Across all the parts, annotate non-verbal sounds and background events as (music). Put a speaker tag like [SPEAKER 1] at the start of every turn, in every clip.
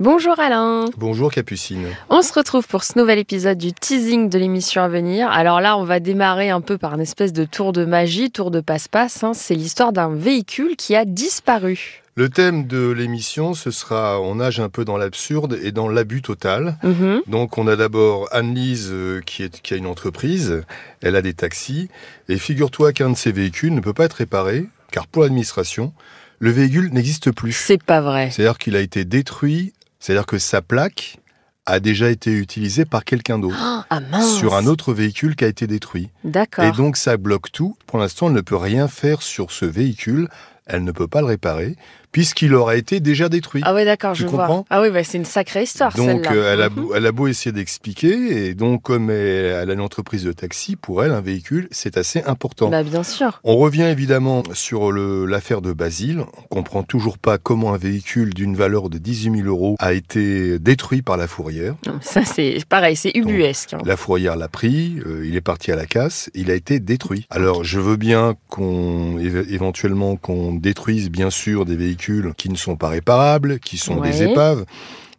[SPEAKER 1] Bonjour Alain.
[SPEAKER 2] Bonjour Capucine.
[SPEAKER 1] On se retrouve pour ce nouvel épisode du teasing de l'émission à venir. Alors là, on va démarrer un peu par une espèce de tour de magie, tour de passe-passe. hein. C'est l'histoire d'un véhicule qui a disparu.
[SPEAKER 2] Le thème de l'émission, ce sera on nage un peu dans l'absurde et dans l'abus total.
[SPEAKER 1] Mhm.
[SPEAKER 2] Donc on a d'abord Anne-Lise euh, qui, est- qui a une entreprise, elle a des taxis, et figure-toi qu'un de ses véhicules ne peut pas être réparé, car pour l'administration, le véhicule n'existe plus.
[SPEAKER 1] C'est pas vrai.
[SPEAKER 2] C'est-à-dire qu'il a été détruit, c'est-à-dire que sa plaque a déjà été utilisée par quelqu'un d'autre,
[SPEAKER 1] Ah ah mince.
[SPEAKER 2] sur un autre véhicule qui a été détruit. Et
[SPEAKER 1] D'accord.
[SPEAKER 2] donc ça bloque tout. Pour l'instant, elle ne peut rien faire sur ce véhicule. Elle ne peut pas le réparer puisqu'il aura été déjà détruit.
[SPEAKER 1] Ah ouais, d'accord,
[SPEAKER 2] Tu
[SPEAKER 1] je vois.
[SPEAKER 2] comprends
[SPEAKER 1] Ah oui, bah, c'est une sacrée histoire
[SPEAKER 2] donc
[SPEAKER 1] celle-là.
[SPEAKER 2] euh, elle, a
[SPEAKER 1] Mhm.
[SPEAKER 2] beau, elle a beau essayer d'expliquer. Et donc comme elle elle a une entreprise de taxi, pour elle, un véhicule, c'est assez important.
[SPEAKER 1] Bah bien sûr.
[SPEAKER 2] On revient évidemment sur le- l'affaire de Basile. On comprend toujours pas comment un véhicule d'une valeur de 18 000 euros a été détruit par la fourrière.
[SPEAKER 1] Non, mais ça c'est pareil, c'est ubuesque. hein.
[SPEAKER 2] La fourrière l'a pris, euh, il est parti à la casse, il a été détruit. Alors je veux bien qu'on éve- éventuellement qu'on détruise bien sûr des véhicules qui ne sont pas réparables, qui sont des
[SPEAKER 1] Ouais.
[SPEAKER 2] épaves.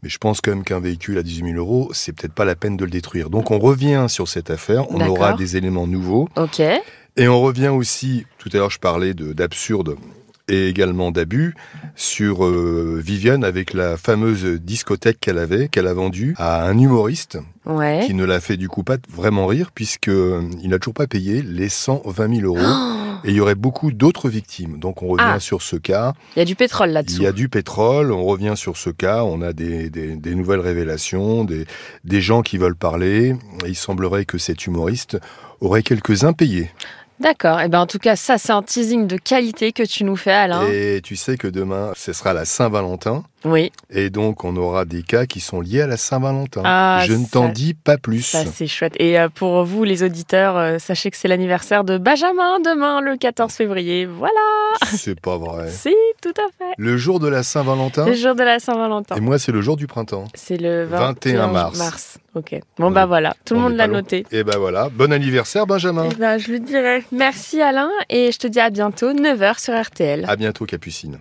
[SPEAKER 2] Mais je pense quand même qu'un véhicule à 18 000 euros, c'est peut-être pas la peine de le détruire. Donc on revient sur cette affaire, on
[SPEAKER 1] D'accord.
[SPEAKER 2] aura des éléments nouveaux.
[SPEAKER 1] Ok.
[SPEAKER 2] Et on revient aussi, tout à l'heure je parlais de- d'absurde et également d'abus, sur euh, Viviane avec la fameuse discothèque qu'elle avait, qu'elle a vendue à un humoriste
[SPEAKER 1] Ouais.
[SPEAKER 2] qui ne l'a fait du coup pas vraiment rire puisque euh, il n'a toujours pas payé les 120 000 euros
[SPEAKER 1] Oh,
[SPEAKER 2] et il y aurait beaucoup d'autres victimes. Donc on revient
[SPEAKER 1] Ah.
[SPEAKER 2] sur ce cas.
[SPEAKER 1] (gasps) Il y a du pétrole
[SPEAKER 2] Il
[SPEAKER 1] là-dessous.
[SPEAKER 2] y a du pétrole. On revient sur ce cas. On a des, des- des nouvelles révélations, des, des gens qui veulent parler. Et il semblerait que cet humoriste aurait quelques impayés.
[SPEAKER 1] D'accord. Et ben en tout cas, ça c'est un teasing de qualité que tu nous fais Alain.
[SPEAKER 2] Et tu sais que demain ce sera la Saint-Valentin
[SPEAKER 1] Oui.
[SPEAKER 2] et donc on aura des cas qui sont liés à la Saint-Valentin.
[SPEAKER 1] Ah,
[SPEAKER 2] Je ne
[SPEAKER 1] ça-
[SPEAKER 2] t'en dis pas plus.
[SPEAKER 1] Ça, c'est chouette. Et euh, pour vous, les auditeurs, euh, sachez que c'est l'anniversaire de Benjamin demain, le 14 février. Voilà.
[SPEAKER 2] C'est pas vrai.
[SPEAKER 1] Si, tout à fait.
[SPEAKER 2] Le jour de la Saint-Valentin.
[SPEAKER 1] Le jour de la Saint-Valentin.
[SPEAKER 2] Hein Et moi, c'est le jour du printemps.
[SPEAKER 1] C'est le
[SPEAKER 2] 21
[SPEAKER 1] 21
[SPEAKER 2] mars.
[SPEAKER 1] Ok. Bon,
[SPEAKER 2] On
[SPEAKER 1] bah
[SPEAKER 2] est-
[SPEAKER 1] voilà. Tout le
[SPEAKER 2] on
[SPEAKER 1] monde
[SPEAKER 2] est
[SPEAKER 1] l'a
[SPEAKER 2] pas loin.
[SPEAKER 1] noté.
[SPEAKER 2] Et ben voilà, bon anniversaire Benjamin.
[SPEAKER 1] Eh ben, je le dirai. Merci Alain et je te dis à bientôt, 9h sur RTL.
[SPEAKER 2] À bientôt Capucine.